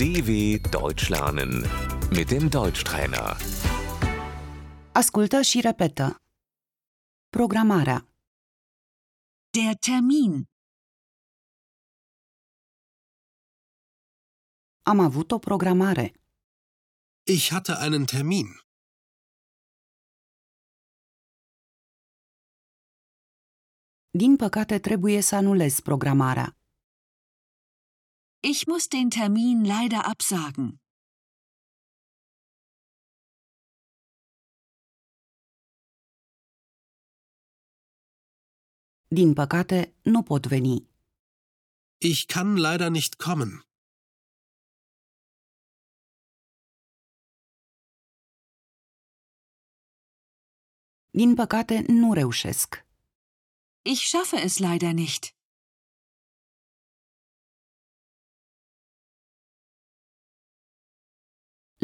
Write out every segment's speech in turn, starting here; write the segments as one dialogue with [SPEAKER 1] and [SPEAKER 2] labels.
[SPEAKER 1] DW Deutsch lernen mit dem Deutschtrainer.
[SPEAKER 2] Ascultă și repetă. Programarea.
[SPEAKER 3] Der Termin.
[SPEAKER 2] Am avut o programare.
[SPEAKER 4] Ich hatte einen Termin.
[SPEAKER 2] Din păcate trebuie să anulez programarea.
[SPEAKER 3] Ich muss den Termin leider absagen.
[SPEAKER 2] Din păcate nu pot veni.
[SPEAKER 4] Ich kann leider nicht kommen.
[SPEAKER 2] Din păcate nu reușesc.
[SPEAKER 3] Ich schaffe es leider nicht.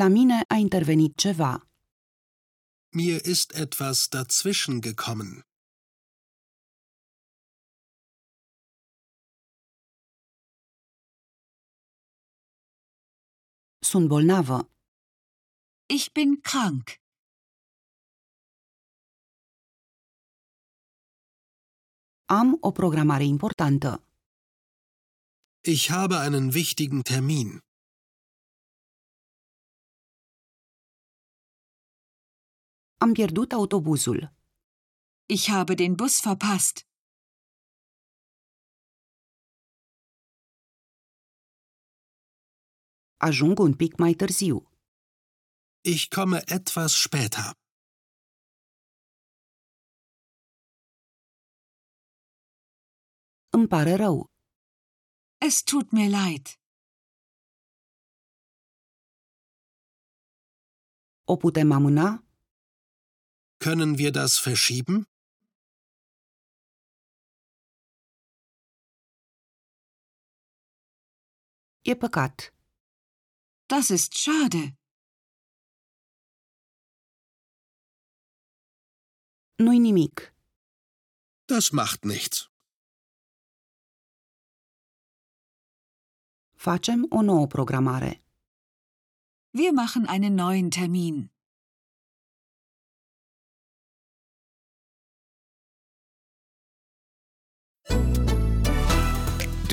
[SPEAKER 2] La mine a intervenit ceva.
[SPEAKER 4] Mir ist etwas dazwischen gekommen.
[SPEAKER 2] Sunt bolnavă.
[SPEAKER 3] Ich bin krank.
[SPEAKER 2] Am o programare importantă.
[SPEAKER 4] Ich habe einen wichtigen Termin.
[SPEAKER 2] Am pierdut autobuzul.
[SPEAKER 3] Ich habe den Bus verpasst.
[SPEAKER 2] Ajung un pic mai târziu.
[SPEAKER 4] Ich komme etwas später.
[SPEAKER 2] Îmi pare rău.
[SPEAKER 3] Es tut mir leid.
[SPEAKER 2] O putem amâna?
[SPEAKER 4] Können wir das verschieben?
[SPEAKER 2] E păcat.
[SPEAKER 3] Das ist schade.
[SPEAKER 2] Nu-i nimic.
[SPEAKER 4] Das macht nichts.
[SPEAKER 2] Facem o nouă programare.
[SPEAKER 3] Wir machen einen neuen Termin.